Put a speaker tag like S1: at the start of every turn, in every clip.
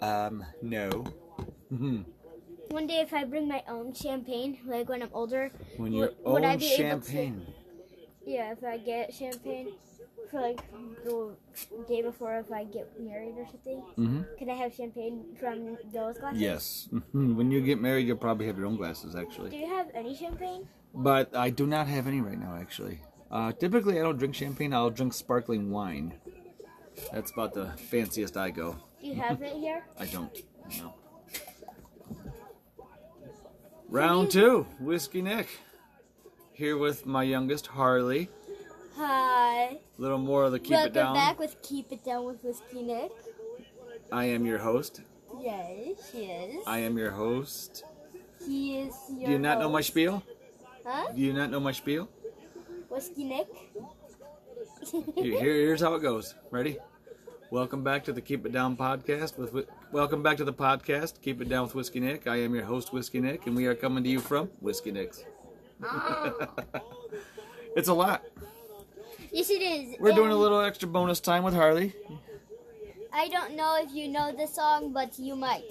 S1: Um, no. Mhm.
S2: One day, if I bring my own champagne, like when I'm older,
S1: when your
S2: Would- would I
S1: own
S2: be able to-
S1: champagne.
S2: yeah, if I get champagne for like the day before if I get married or something,
S1: hmm
S2: could I have champagne from those glasses?
S1: Yes. Mhm. When you get married, you'll probably have your own glasses,
S2: Do
S1: actually.
S2: you have any champagne?
S1: But I do not have any right now, actually. Uh, typically, I don't drink champagne. I'll drink sparkling wine. That's about the fanciest I go.
S2: Do you have it here?
S1: I don't. No. Round two, Whiskey Nick. Here with my youngest, Harley.
S2: Hi.
S1: A little more of the keep
S2: Welcome
S1: it down.
S2: back with Keep It Down with Whiskey Nick.
S1: I am your host.
S2: Yes, yes.
S1: I am your host.
S2: He is your.
S1: Do you not know my
S2: host.
S1: spiel?
S2: Huh?
S1: Do you not know my spiel?
S2: Whiskey Nick?
S1: Here, here- here's how it goes. Ready? Welcome back to the Keep It Down podcast with. Whi- Welcome back to the podcast, Keep It Down with Whiskey Nick. I am your host, Whiskey Nick, and we are coming to you from Whiskey Nick's. it's a lot.
S2: yes, it is.
S1: We're doing a
S2: And
S1: little extra bonus time with Harley.
S2: I don't know if you know the song, but you might.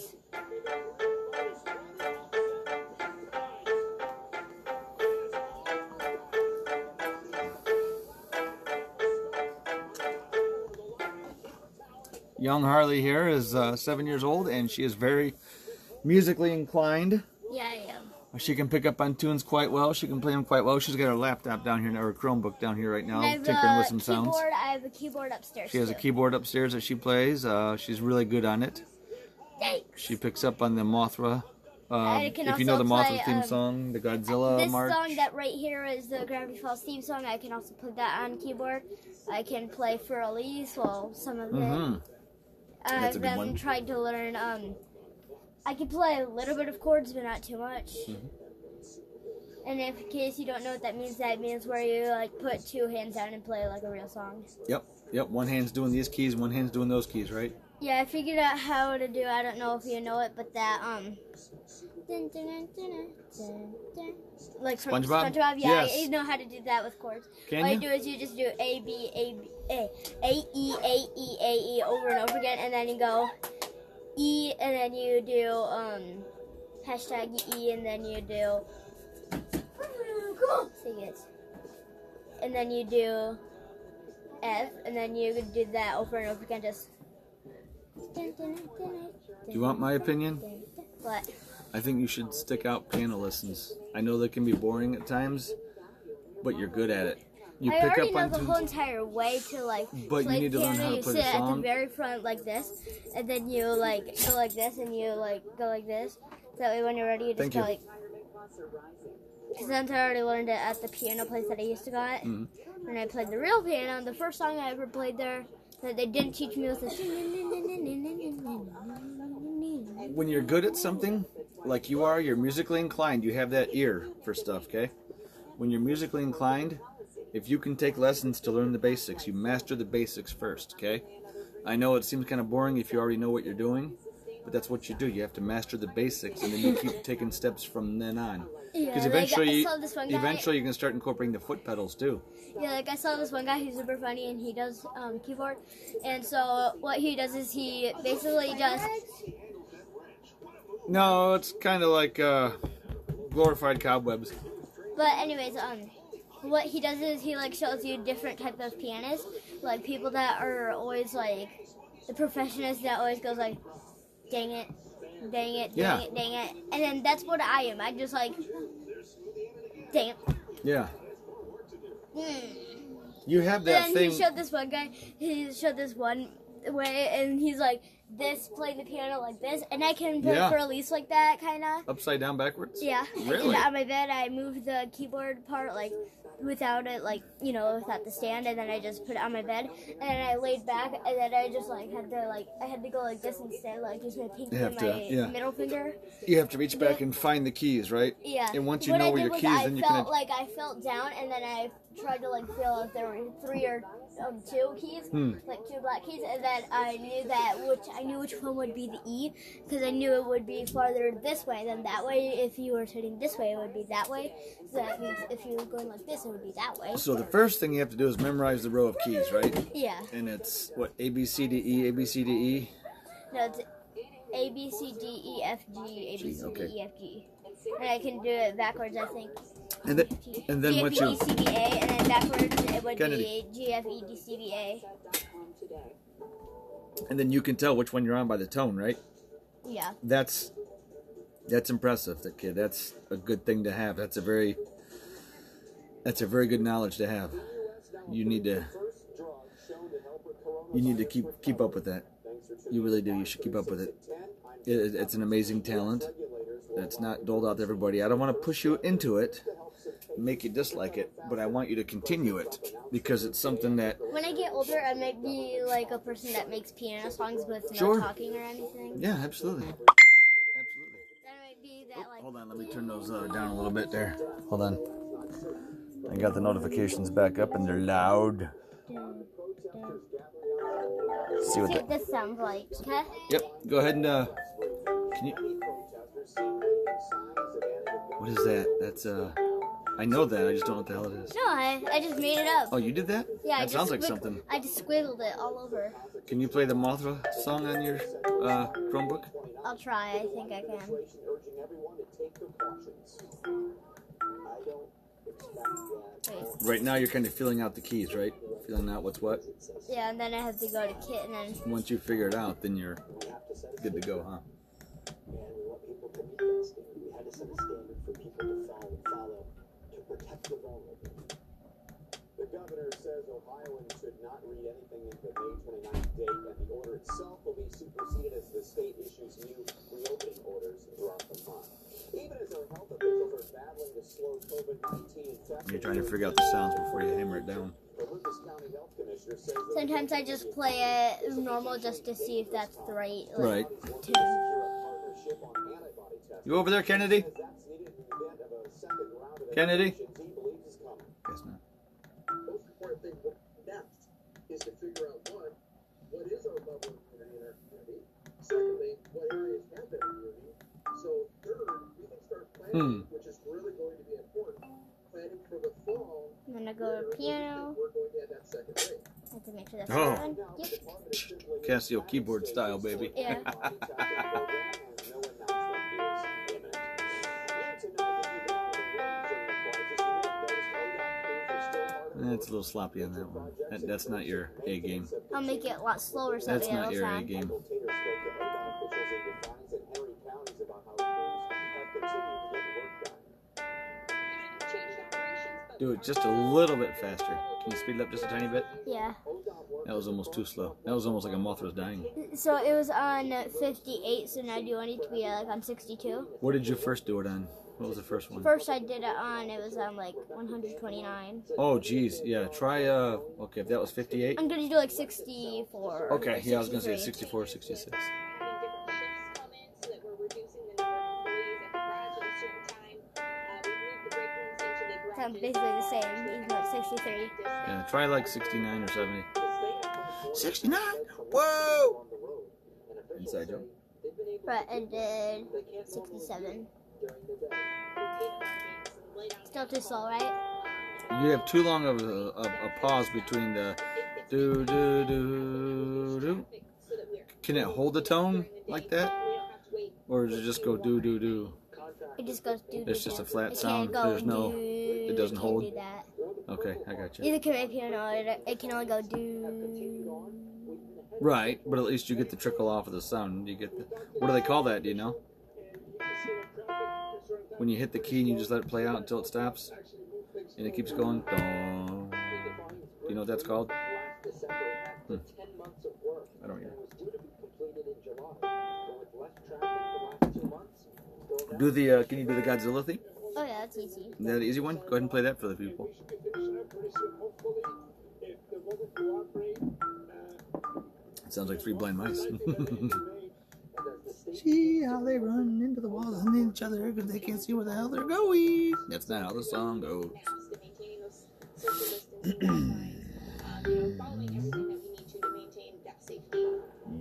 S1: Young Harley here is uh, seven years old, and she is very musically inclined.
S2: Yeah, I am.
S1: She can pick up on tunes quite well. She can play them quite well. She's got her laptop down here, now, her Chromebook down here right now,
S2: I have
S1: tinkering
S2: a
S1: with some
S2: keyboard.
S1: sounds.
S2: I have a keyboard upstairs.
S1: She has a
S2: too.
S1: keyboard upstairs that she plays. Uh, she's really good on it.
S2: Thanks.
S1: She picks up on the Mothra. Uh,
S2: I can
S1: if you know the
S2: also
S1: Mothra
S2: play,
S1: theme
S2: um,
S1: song, the Godzilla
S2: this
S1: march.
S2: song that right here is the Gravity Falls theme song. I can also play that on keyboard. I can play for Elise, well, some of it.
S1: hmm
S2: I've
S1: That's a good
S2: been
S1: one.
S2: trying to learn. Um, I can play a little bit of chords, but not too much.
S1: Mm-hmm.
S2: And if, in case you don't know what that means, that means where you like put two hands down and play like a real song.
S1: Yep, yep. One hand's doing these keys, one hand's doing those keys, right?
S2: Yeah, I figured out how to do. I don't know if you know it, but that um. dun, dun, dun, dun, dun, dun, Like from
S1: SpongeBob?
S2: SpongeBob, yeah,
S1: Yes.
S2: I, I know how to do that with chords.
S1: Can
S2: All
S1: you?
S2: you do is you just do A B A B A A E A E A E over and over again, and then you go E, and then you do um hashtag E, and then you do sing it, and then you do F, and then you can do that over and over again, just.
S1: Do you want my opinion?
S2: What?
S1: I think you should stick out piano lessons. I know they can be boring at times, but you're good at it. You
S2: I
S1: pick
S2: already
S1: up
S2: know
S1: on
S2: the whole
S1: tunes.
S2: entire way to like
S1: But you
S2: play
S1: need to learn
S2: piano.
S1: how to
S2: you
S1: play the
S2: sit at
S1: song.
S2: the very front like this, and then you like go like this, and you like go like this. So that way, when you're ready, you just
S1: Thank
S2: go
S1: you.
S2: like. Since I already learned it at the piano place that I used to go at,
S1: Mhm.
S2: when I played the real piano, and the first song I ever played there that they didn't teach me was this.
S1: When you're good at something, like you are, you're musically inclined. You have that ear for stuff, okay? When you're musically inclined, if you can take lessons to learn the basics, you master the basics first, okay? I know it seems kind of boring if you already know what you're doing, but that's what you do. You have to master the basics, and then you keep taking steps from then on.
S2: Yeah,
S1: Because
S2: like, I
S1: eventually,
S2: saw this one guy-
S1: eventually you can start incorporating the foot pedals too.
S2: Yeah, like I saw this one guy who's super funny and he does um, keyboard. And so what he does is he basically does.
S1: No, it's kind of like uh, glorified cobwebs.
S2: But anyways, um, what he does is he like shows you different type of pianists, like people that are always like the perfectionist that always goes like, dang it, dang it, dang
S1: Yeah.
S2: it, dang it. And then that's what I am. I just like, dang it.
S1: Yeah,
S2: Mm.
S1: you have that
S2: And then
S1: thing.
S2: he showed this one guy. He showed this one way, and he's like this, playing the piano like this, and I can play
S1: Yeah.
S2: for release like that, kind of.
S1: Upside down backwards?
S2: Yeah. I did
S1: Really?
S2: it on my bed, I moved the keyboard part like without it, like you know, without the stand, and then I just put it on my bed, and then I laid back, and then I just like had to like I had to go like this instead, like use my pinky
S1: You
S2: and
S1: have to,
S2: my
S1: yeah.
S2: middle finger.
S1: You have to reach back and find the keys, right?
S2: Yeah.
S1: And once you
S2: what
S1: know
S2: I
S1: where
S2: did
S1: your
S2: was
S1: keys,
S2: I
S1: then you can.
S2: felt like I felt down, and then I tried to like feel if there were three or um, two keys,
S1: Hmm.
S2: like two black keys, and then I knew that which I knew which one would be the E, because I knew it would be farther this way than that way. If you were sitting this way, it would be that way. So that means if you were going like this, it would be that way.
S1: So the first thing you have to do is memorize the row of keys, right?
S2: Yeah.
S1: And it's what A B C D E A B C D E.
S2: No, it's A B C D E F G A B C
S1: okay.
S2: D E F G. And I can do it backwards, I think.
S1: And then, and then
S2: G, F,
S1: what
S2: E, D,
S1: you
S2: C, B, A, and then backwards it would
S1: Kennedy.
S2: be G F E D C B A.
S1: and then you can tell which one you're on by the tone, right?
S2: Yeah.
S1: That's that's impressive. That kid, that's a good thing to have. That's a very that's a very good knowledge to have. You need to you need to keep keep up with that. You really do. You should keep up with it. it it's an amazing talent. That's not doled out to everybody. I don't want to push you into it, make you dislike it, but I want you to continue it because it's something that
S2: When I get older, I might be like a person that makes piano songs with no
S1: Sure.
S2: talking or anything.
S1: yeah, absolutely, absolutely.
S2: That might be that like.
S1: Oh, Hold on, let me turn those uh, down a little bit there. Hold on. I got the notifications back up and they're loud. See what
S2: See
S1: the.
S2: what this sounds like. Okay.
S1: Yep, go ahead and. Uh, can you. What is that? That's. uh I know that, I just don't know what the hell it is.
S2: No, I, I just made it up.
S1: Oh, you did that?
S2: yeah, I
S1: That
S2: just
S1: sounds like
S2: squig-
S1: something.
S2: I just squiggled it all over.
S1: Can you play the Mothra song on your uh, Chromebook?
S2: I'll try. I think I can. Wait.
S1: Right now, you're kind of feeling out the keys, right? Feeling out what's what.
S2: Yeah, and then I have to go to Kit, and then
S1: Once you figure it out, then you're good to go, huh?
S3: The governor says Ohioans should not read anything into the May 29th date, and the order itself will be superseded as the state issues new reopening orders throughout the month. Even as our health officials are battling to slow COVID-19 infections,
S1: You're trying to figure out the sounds before you hammer it down.
S3: the Lucas County Health Commissioner says that
S2: sometimes I just play it normal just to see if that's the right like,
S1: Right.
S2: tune.
S3: secure a partnership on antibody testing
S1: You over there, Kennedy?
S3: as that's needed in the event of a second round of
S1: Kennedy?
S3: infections he believes is coming.
S1: Guess not.
S4: most important thing next is to figure out one, what is our level of immunity in our community? Secondly, what areas have that immunity? So third, we can start planning,
S1: Hmm.
S4: which is really going to be important, planning for the fall.
S2: I'm gonna go to piano.
S4: We're going to have that second wave.
S2: I have to make sure that's
S1: Oh.
S2: the right one. Yep.
S1: Casio keyboard style, baby.
S2: Yeah.
S1: That's a little sloppy on that one. That, that's not your A game.
S2: I'll make it a lot slower so
S1: That's
S2: it'll
S1: not your A
S2: sound.
S1: game. Do it just a little bit faster. Can you speed it up just a tiny bit?
S2: Yeah.
S1: That was almost too slow. That was almost like a moth was dying.
S2: So it was on 58, so now do you want it to be uh, like on 62?
S1: What did you first do it on? What was the first one?
S2: First I did it on, it was on like 129.
S1: Oh, geez. Yeah, try, uh, okay, if that was 58.
S2: I'm gonna do like 64. or
S1: Okay, yeah, I was gonna say 64,
S2: 63.
S1: 66.
S5: Uh,
S2: Sounds basically the same, even though it's 63.
S5: um,
S1: Yeah, try like 69 or 70.
S3: 69? Whoa!
S1: Inside joke.
S2: But I did 67. Still too slow, right?
S1: You have too long of a, of a pause between the do, do, do, do. Can it hold the tone like that? Or does it just go do, do, do?
S2: It just goes doo
S1: It's just a flat
S2: it
S1: sound.
S2: Can't go
S1: There's no.
S2: doo,
S1: it doesn't
S2: can't
S1: hold.
S2: Do that.
S1: Okay, I got you.
S2: Neither can my piano. It, it can only go do.
S1: Right, but at least you get the trickle off of the sound. You get the. What do they call that? Do you know? When you hit the key and you just let it play out until it stops, and it keeps going. Dong. Do you know what that's called? Hmm. I don't know. Do the. Uh, can you do the Godzilla thing?
S2: Oh yeah, that's easy.
S1: Is that an easy one? Go ahead and play that for the people. Sounds like three blind mice. See how they run into the walls and each other because they can't see where the hell they're going. That's not how the song goes.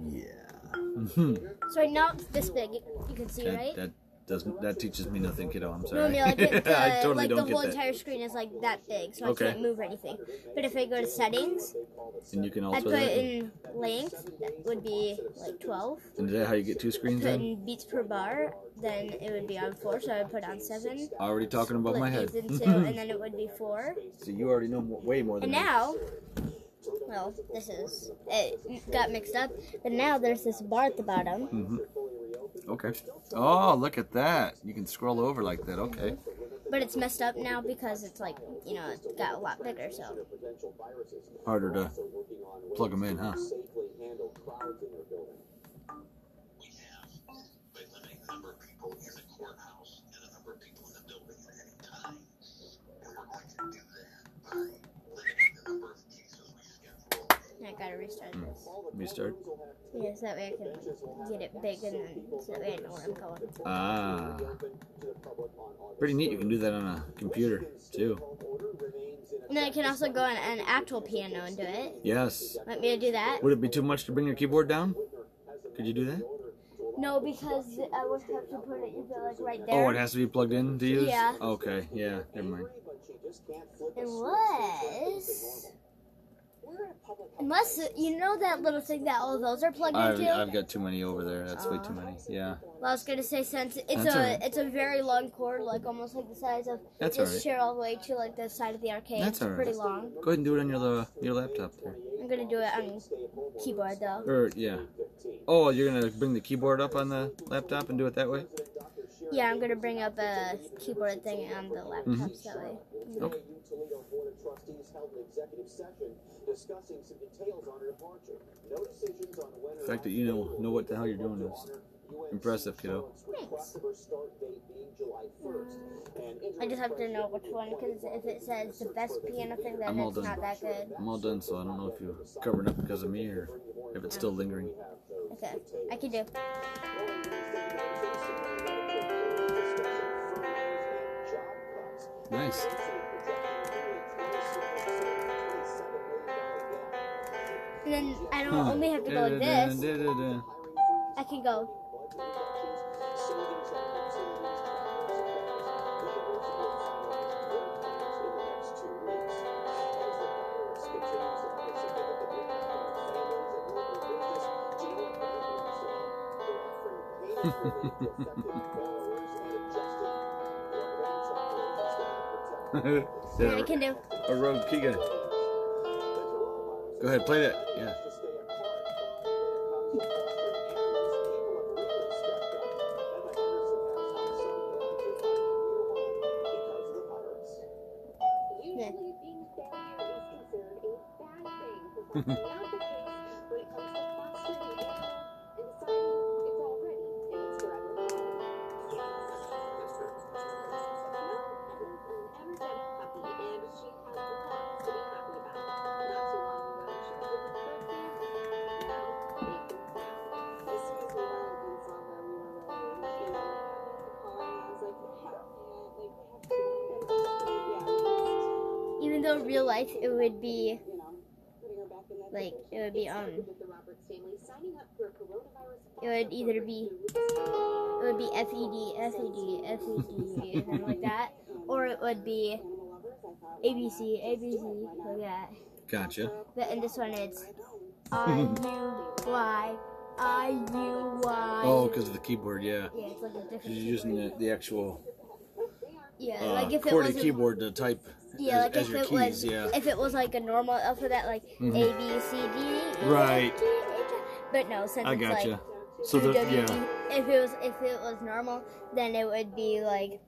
S1: Yeah.
S5: Uh,
S2: So right now it's this big. You can see,
S1: that,
S2: right?
S1: that doesn't that teaches me nothing, kiddo. I'm
S2: No,
S1: sorry.
S2: no, like, the, the-
S1: I totally
S2: like the
S1: don't
S2: whole
S1: get that.
S2: entire screen is like that big, so
S1: Okay.
S2: I can't move or anything. But if I go to settings,
S1: And you can
S2: I
S1: alter
S2: put
S1: that.
S2: in length, that would be like 12.
S1: And is that how you get two screens
S2: Put
S1: in?
S2: in beats per bar, then it would be on 4, so I would put on 7.
S1: Already talking above my
S2: Split
S1: head.
S2: these in two, and then it would be 4.
S1: So you already know mo- way more than
S2: And
S1: me.
S2: now, well, this is, it got mixed up, but now there's this bar at the bottom.
S1: Mm-hmm. Okay. Oh, look at that. You can scroll over like that. Okay.
S2: But it's messed up now because it's like, you know, it got a lot bigger, so.
S1: Harder to plug them in, huh?
S6: we have by limiting the number of people in the courthouse and the number of people in the building at any time. And we're going to do that by limiting the number of cases we schedule.
S2: I gotta restart
S1: Hmm.
S2: this.
S1: Restart.
S2: Yes, that way I can get it big and then so that way I know where I'm going.
S1: Ah. Pretty neat. You can do that on a computer too.
S2: And then I can also go on an actual piano and do it.
S1: Yes.
S2: Want me to do that?
S1: Would it be too much to bring your keyboard down? Could you do that?
S2: No, because I would have to put it either like right there.
S1: Oh, it has to be plugged in to use.
S2: Yeah.
S1: Okay. Yeah. Never mind.
S2: It was. Unless you know that little thing that all those are plugged
S1: I've,
S2: into.
S1: I've got too many over there. That's way too many. Yeah.
S2: Well, I was gonna say since it's
S1: That's
S2: a
S1: alright.
S2: it's a very long cord, like almost like the size of
S1: That's
S2: this
S1: alright.
S2: chair all the way to like the side of the arcade.
S1: That's
S2: it's pretty
S1: alright.
S2: long.
S1: Go ahead and do it on your uh, your laptop there.
S2: I'm gonna do it on keyboard though.
S1: Or Er, yeah. Oh, you're gonna bring the keyboard up on the laptop and do it that way?
S2: Yeah, I'm gonna bring up a keyboard thing on the laptop
S1: Mm-hmm.
S2: that way.
S1: Okay.
S3: AU Toledo Board of Trustees held an executive session discussing some details on her departure. No decisions on when
S1: The fact that you know know what the hell you're doing is impressive, kiddo.
S2: Thanks.
S3: her start date being July 1st. And
S2: I just have to know which one because if it says the best piano thing, then
S1: I'm all
S2: it's not
S1: done.
S2: that good.
S1: I'm all done, so I don't know if you're covering up because of me or if it's still lingering.
S2: Okay, I can do.
S1: Nice.
S2: And then I don't
S1: Hmm.
S2: only have to go like this.
S1: Da-da-da-da-da-da.
S2: I can go.
S1: Yeah,
S2: I can do.
S1: A rogue Keegan. Go ahead, play that. Yeah.
S5: Usually being failure is considered a bad thing, but that's not the case when it comes to fostering an animal and deciding it's already in its forever home. Well, Evan's an energetic puppy, and she has the cause to be happy about. Not too long ago, she was in the third grade. Now, eight years now. As soon as we learned and saw her, we were really, you know, calling, I was like, heck yeah, like, heck yeah. And, yeah, we just-
S2: Even though real life it would be
S5: you know, putting her back in that
S2: like
S5: situation.
S2: it would be
S5: It
S2: on.
S5: started with the Roberts family signing up for a coronavirus
S2: It would
S5: voucher
S2: either
S5: program
S2: be
S5: through Lucas County
S2: it would be F E D F E D F E D and like that, or it would be
S5: Animal Lovers. I thought, why
S2: A B
S5: not?
S2: C A
S5: Let's
S2: B
S5: do
S2: C
S5: it. Why not?
S2: like that.
S1: Gotcha.
S2: But in this one it's
S5: Um,
S2: R U Y I U Y.
S1: Oh, because of the keyboard, yeah.
S2: yeah, it's like a different.
S1: Because you're using the, the actual
S2: Yeah,
S1: uh,
S2: like if it
S1: QWERTY
S2: wasn't.
S1: keyboard to type
S2: Yeah,
S1: as, as
S2: like if
S1: your
S2: it
S1: keys,
S2: was
S1: yeah. Mm-hmm.
S2: if it was like a normal alphabet, like A B C D. E,
S1: Right.
S2: F, G, H, I- But no, since
S1: I
S2: it's like
S1: gotcha. So the,
S2: W, E,
S1: yeah.
S2: if it was if it was normal, then it would be like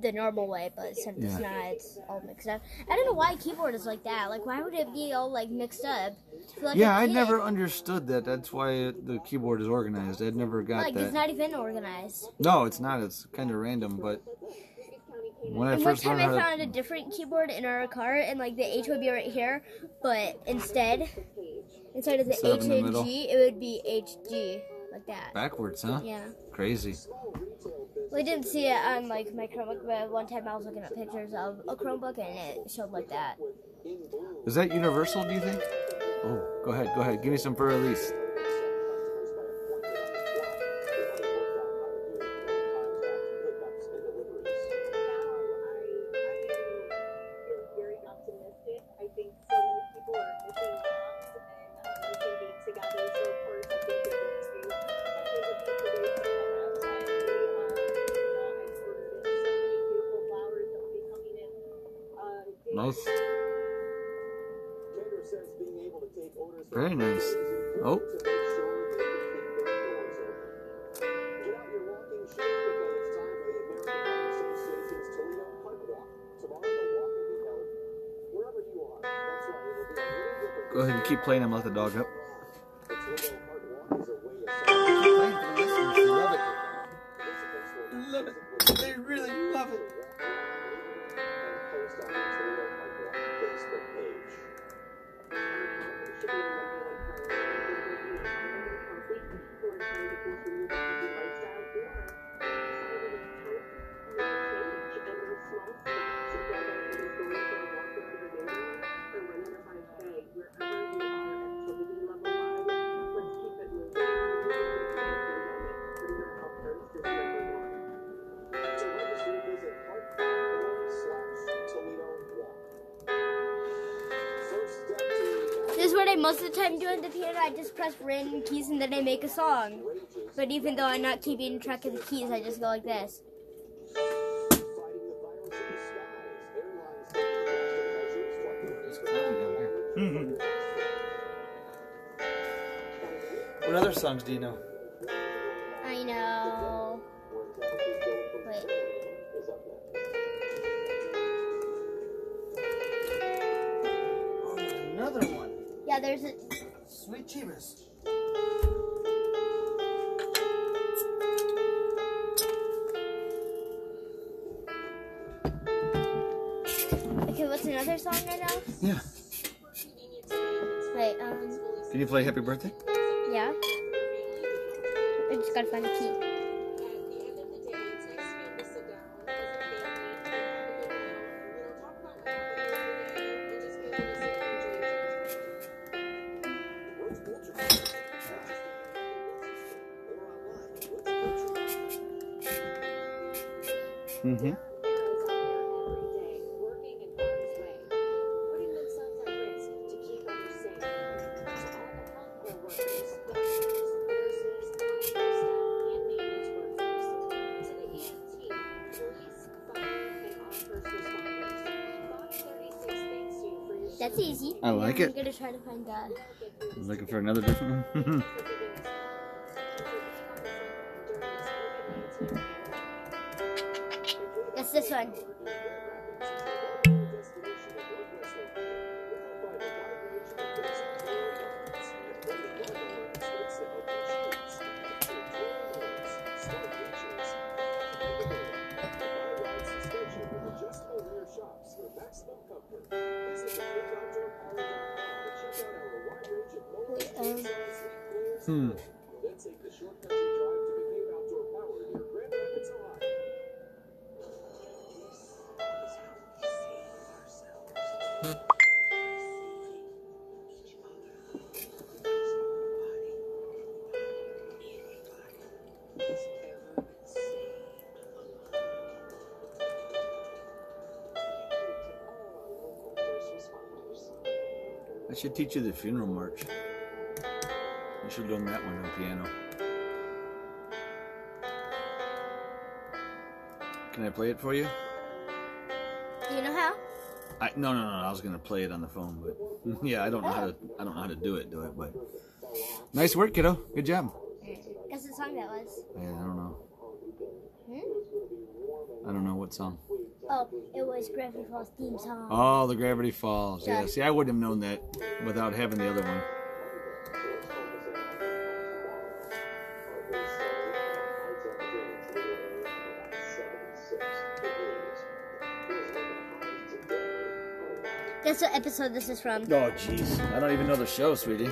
S2: the normal way. But since it's
S1: Yeah.
S2: not, it's all mixed up. I don't know why keyboard is like that. Like, why would it be all like mixed up? Like a
S1: Yeah, I
S2: kid,
S1: never understood that. That's why it, the keyboard is organized. I'd never got
S2: like it's
S1: that.
S2: not even organized.
S1: No, it's not. It's kind of random, but
S5: Lucas County came
S1: when I
S2: And one
S1: first
S2: time
S1: learned how
S2: I
S1: to.
S2: found a different keyboard in our car, and like the H would be right here, but instead,
S5: with Paige.
S2: instead of the
S1: Instead of
S2: H
S1: in the
S2: and
S1: middle.
S2: G, it would be H G like that.
S1: Backwards, huh?
S2: Yeah.
S1: Crazy.
S2: Well, I didn't see it on like my Chromebook, but one time I was looking at pictures of a Chromebook and it showed like that.
S1: Is that universal, do you think? Oh, go ahead, go ahead. Give me some for release. Nice.
S3: Kendra says being able to take orders from
S1: Very nice.
S3: employees is important
S1: Oh.
S3: to make sure they can keep their doors open. Get out your walking shoes because it's time for the American Bar Association's Toledo Putt Walk. Tomorrow the walk will be held wherever you are. That's right, it'll be a little different.
S1: Go ahead and keep playing. I'm let the dog up.
S3: The Toledo Putt Walk is a way of
S1: Love
S3: celebrating
S1: it.
S3: participants who are
S1: Love it.
S3: physically
S1: They really love it.
S3: and post on the Toledo Putt Walk Facebook page.
S5: Thank
S3: To register, visit putt.org/toledo-walk. First step to
S2: This is what I most of the time do on the piano. I just press random keys and then I make a song. But even though I'm not keeping track of the keys, I just go like this.
S3: fighting the virus in the skies. Airlines taking drastic measures to
S1: It's cloudy down here. what other songs do you know?
S2: I know. Wait.
S7: Oh, there's another one.
S2: Yeah, there's a.
S7: Sweet Chivas.
S2: Okay, what's another song right now?
S1: Yeah.
S2: Wait, um.
S1: Can you play Happy Birthday?
S2: Yeah? I just gotta find the key.
S5: you.
S1: Mm-hmm.
S2: That's easy.
S1: I like
S2: I'm
S1: it.
S2: gonna try to find that.
S1: I'm looking for another different one.
S2: That's this one. um.
S1: Hmm.
S3: Then take the short country drive to McCabe Outdoor Power near Grand Rapids, Ohio.
S1: I should teach you the funeral march. You should learn that one on piano. Can I play it for you?
S2: Do you know how?
S1: I no no no. I was gonna play it on the phone, but yeah, I don't know how to. I don't know how to do it. Do I? But nice work, kiddo. Good job.
S2: Guess the song that was.
S1: Yeah, I don't know.
S2: Hmm?
S1: I don't know what song.
S2: Oh, it was Gravity Falls theme song.
S1: Oh, the Gravity Falls. Yeah. See, I wouldn't have known that without having the other one.
S2: That's what episode this is from.
S1: Oh, jeez. I don't even know the show, sweetie.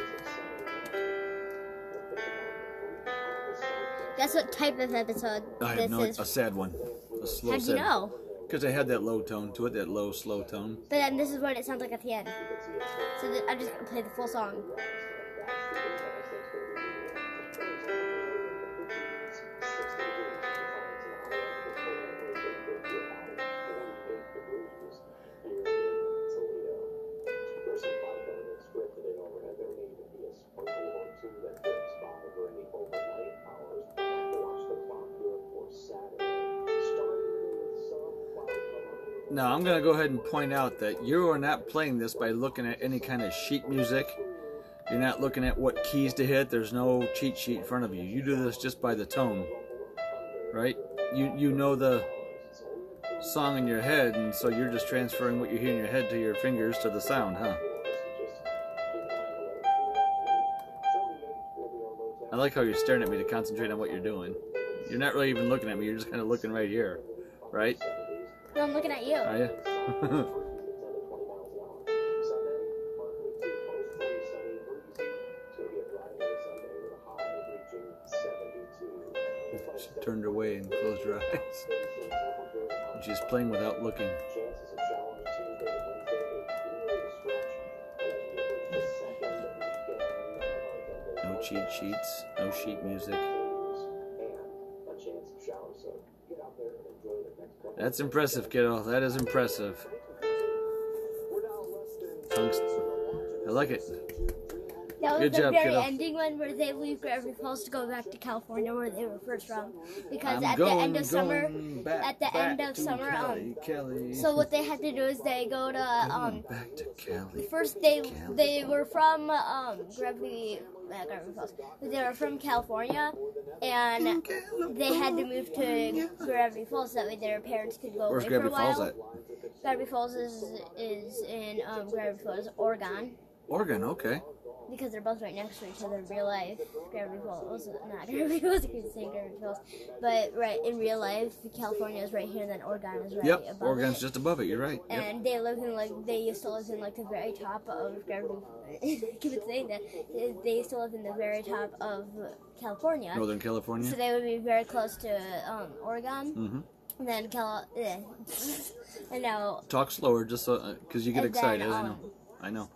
S2: Guess what type of episode
S1: I
S2: this
S1: have no.
S2: is.
S1: A sad one. A slow.
S2: How'd you
S1: sad
S2: know?
S1: Because I had that low tone to it, that low, slow tone.
S2: But then this is what it sounds like at the end. So th- I'm just gonna play the full song.
S3: Saturday, starting with some cloud cover.
S1: Now, I'm going to go ahead and point out that you are not playing this by looking at any kind of sheet music. You're not looking at what keys to hit. There's no cheat sheet in front of you. You do this just by the tone, right? You you know the song in your head, and so you're just transferring what you hear in your head to your fingers to the sound, huh? I like how you're staring at me to concentrate on what you're doing. You're not really even looking at me. You're just kind of looking right here, right?
S2: No, I'm looking at you.
S1: Are you? she turned away and closed her eyes. She's playing without looking. No cheat sheets, no sheet music. That's impressive, kiddo. That is impressive. Thanks. I like it.
S2: That was
S1: Good
S2: the
S1: job,
S2: very
S1: kiddo.
S2: ending one where they leave Gravity Falls to go back to California where they were first from. Because
S1: I'm
S2: at
S1: going,
S2: the end of summer,
S1: going back,
S2: at the
S1: back
S2: end of
S1: to
S2: summer, um,
S1: Cali, Cali.
S2: so what they had to do is they go to um,
S1: Going back to Cali.
S2: First, they they were from um, Gravity, not Gravity Falls. But they were from California, and they had to move to Gravity Falls that way their parents could go
S1: Where's
S2: away for
S1: Gravity
S2: a while.
S1: Falls at?
S2: Gravity Falls is is in um, Gravity Falls, Oregon,
S1: Oregon, okay.
S2: because they're both right next to each other in real life. Gravity Falls, not Gravity Falls, I keep saying Gravity Falls, but right in real life, California is right here, and then Oregon is right
S1: Yep,
S2: above
S1: Oregon's
S2: it.
S1: just above it. You're right. Yep.
S2: And they live in like they used to live in like the very top of Gravity. I keep saying that They- they used to live in the very top of California.
S1: Northern California.
S2: uh, So they would be very close to um, Oregon,
S1: Mhm.
S2: and then Cal. eh. and now
S1: Talk slower, just so because you get
S2: And then,
S1: excited. I know.
S2: um,
S1: I know.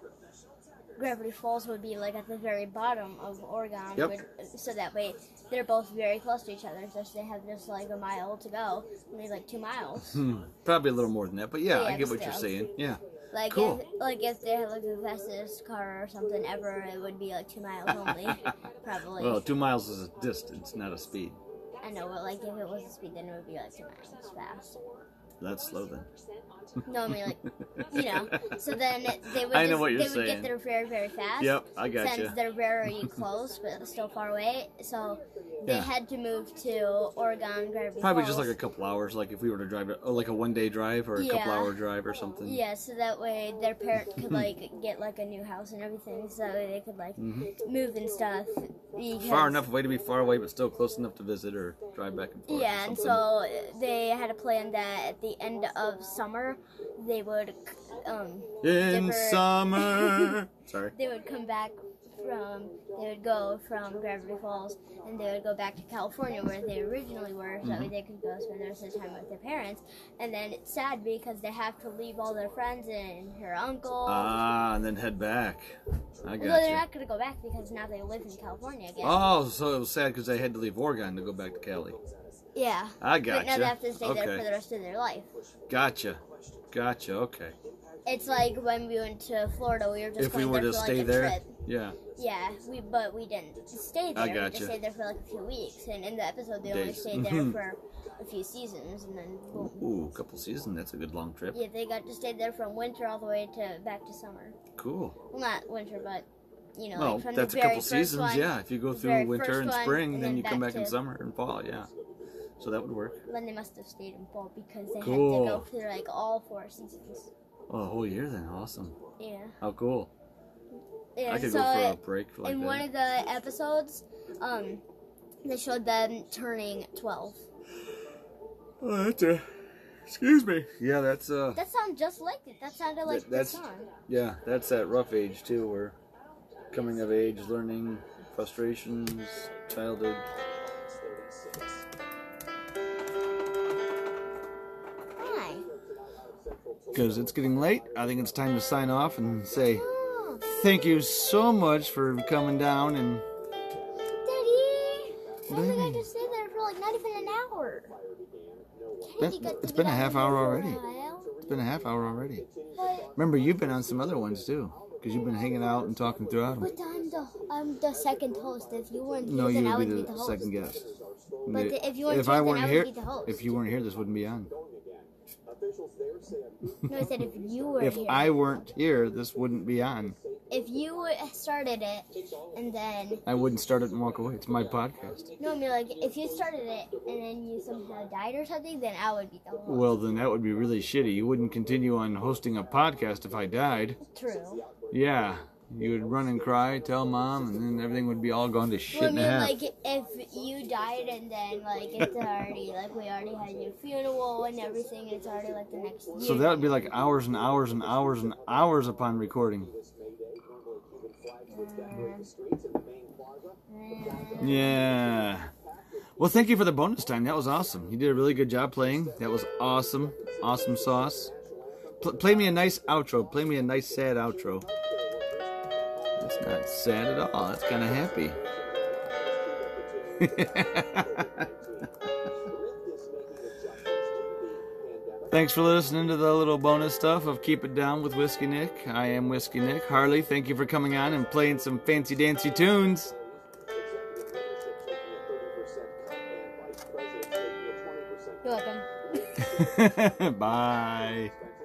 S2: Gravity Falls would be like at the very bottom of Oregon.
S1: Yep.
S2: but- so that way they're both very close to each other. So they have just like a mile to go, maybe like two miles.
S1: Hmm, Probably a little more than that, but yeah,
S2: Yeah,
S1: I get
S2: but
S1: what you're
S2: still.
S1: saying. Yeah.
S2: Like
S1: Cool.
S2: if like if they had like the fastest car or something ever, it would be like two miles only, probably.
S1: Well, two miles is a distance, not a speed.
S2: I know, but like if it was a speed, then it would be like two miles fast.
S1: That's slow then.
S2: No, I mean like you know. So then they would.
S1: I know
S2: just-
S1: what you're
S2: they would
S1: saying.
S2: get there very very fast.
S1: Yep, I
S2: Since
S1: gotcha.
S2: they're very close but still far away, so they
S1: Yeah.
S2: had to move to Oregon Gravity
S1: Probably just
S2: Falls.
S1: like a couple hours, like if we were to drive, oh, like a one day drive or a couple
S2: Yeah.
S1: hour drive or something.
S2: Yeah, so that way their parent
S1: Hmm.
S2: could like get like a new house and everything, so that way they could like move and stuff.
S1: Mm-hmm. Far
S2: because-
S1: enough away to be far away, but still close enough to visit or drive back and forth. or
S2: Yeah, and
S1: something.
S2: so they had a plan that at the end of summer, they would, um,
S1: In
S2: differ-
S1: summer. Sorry.
S2: they would come back from, they would go from Gravity Falls, and they would go back to California where they originally were, so
S1: Mm-hmm.
S2: that way they could go spend the rest of the time with their parents. And then it's sad because they have to leave all their friends and her uncle.
S1: Ah, and then head back. I
S2: Although
S1: got
S2: they're
S1: you.
S2: not going to go back because now they live in California again.
S1: Oh, so it was sad because they had to leave Oregon to go back to Cali.
S2: yeah.
S1: I
S2: But now they
S1: gotcha.
S2: have to stay
S1: Okay.
S2: there for the rest of their life.
S1: Gotcha. Gotcha. Okay.
S2: It's like when we went to Florida, we were just
S1: if we
S2: going
S1: were
S2: there
S1: to
S2: for,
S1: stay
S2: like, a
S1: there,
S2: trip.
S1: yeah.
S2: Yeah, we but we didn't stay there.
S1: I
S2: We
S1: gotcha.
S2: just stayed there for like a few weeks, and in the episode they only
S1: Days.
S2: stayed there
S1: Mhm.
S2: for a few seasons, and then boom.
S1: Ooh, a couple seasons. That's a good long trip.
S2: Yeah, they got to stay there from winter all the way to back to summer.
S1: Cool.
S2: Well, not winter, but you know,
S1: Well,
S2: like from
S1: that's
S2: the
S1: a
S2: very
S1: couple
S2: first
S1: seasons,
S2: one,
S1: yeah. If you go
S2: the
S1: through
S2: very
S1: winter
S2: first
S1: and
S2: one,
S1: spring,
S2: and
S1: then
S2: then
S1: you come
S2: back
S1: back in
S2: to-
S1: summer and fall, yeah. So that would work.
S2: Then they must have stayed in fall because they
S1: Cool.
S2: had to go through like all four seasons.
S1: Oh, a whole year then. Awesome.
S2: Yeah,
S1: How cool.
S2: yeah.
S1: I could
S2: so
S1: go for a
S2: it-
S1: break like
S2: in
S1: that.
S2: one of the episodes, um, they showed them turning twelve.
S1: oh, that's a. Excuse me. Yeah, that's uh.
S2: That sounded just like it. That sounded like the
S1: that's-
S2: song.
S1: Yeah, that's that rough age too, where coming of age, learning, frustrations, childhood.
S2: Hi.
S1: Because it's getting late, I think it's time to sign off and say
S2: Oh.
S1: thank you so much for coming down and
S2: Daddy! I don't think I
S1: Daddy.
S2: just stayed there for like not even an hour.
S1: Been-
S2: Katie got
S1: it's
S2: to
S1: been
S2: be
S1: a
S2: out
S1: half
S2: in the
S1: hour
S2: for a
S1: already.
S2: while.
S1: it's been a half hour already.
S2: But
S1: Remember, you've been on some other ones too, because you've been hanging out and talking throughout them.
S2: but I'm the I'm the second host. If you weren't
S1: No,
S2: here,
S1: you
S2: then I
S1: would
S2: would
S1: be the
S2: host.
S1: second guest.
S2: But if you weren't
S1: if I
S2: here, then I
S1: weren't
S2: would
S1: here,
S2: be the host.
S1: if you weren't here, this wouldn't be on.
S3: Officials there say a big
S2: No, I said if you were
S1: If
S2: here.
S1: I weren't here, this wouldn't be on.
S2: if you would- started it and then
S1: I wouldn't start it and walk away. It's my podcast.
S2: no, I mean like if you started it and then you somehow died or something, then I would be the one.
S1: Well, then that would be really shitty. You wouldn't continue on hosting a podcast if I died.
S2: True.
S1: Yeah. You would run and cry, tell mom, and then everything would be all gone to shit
S2: Well, I
S1: and
S2: mean,
S1: a half.
S2: like if you died and then like it's already like we already had your funeral and everything, it's already like the next year.
S1: So that would be like hours and hours and hours and hours upon recording.
S3: Mayday. Normally Cuban flags would decorate the streets in the main plaza.
S1: Yeah. Well, thank you for the bonus time. That was awesome. You did a really good job playing. That was awesome. Awesome sauce. Pl- play me a nice outro. Play me a nice sad outro. That's not sad at all. That's kind of happy. Thanks for listening to the little bonus stuff of Keep It Down with Whiskey Nick. I am Whiskey Nick. Harley, thank you for coming on and playing some fancy dancy tunes.
S3: Executive leadership taking a 30% cut and vice president taking a
S2: You're
S3: 20%
S2: welcome.
S1: Bye.
S3: cut.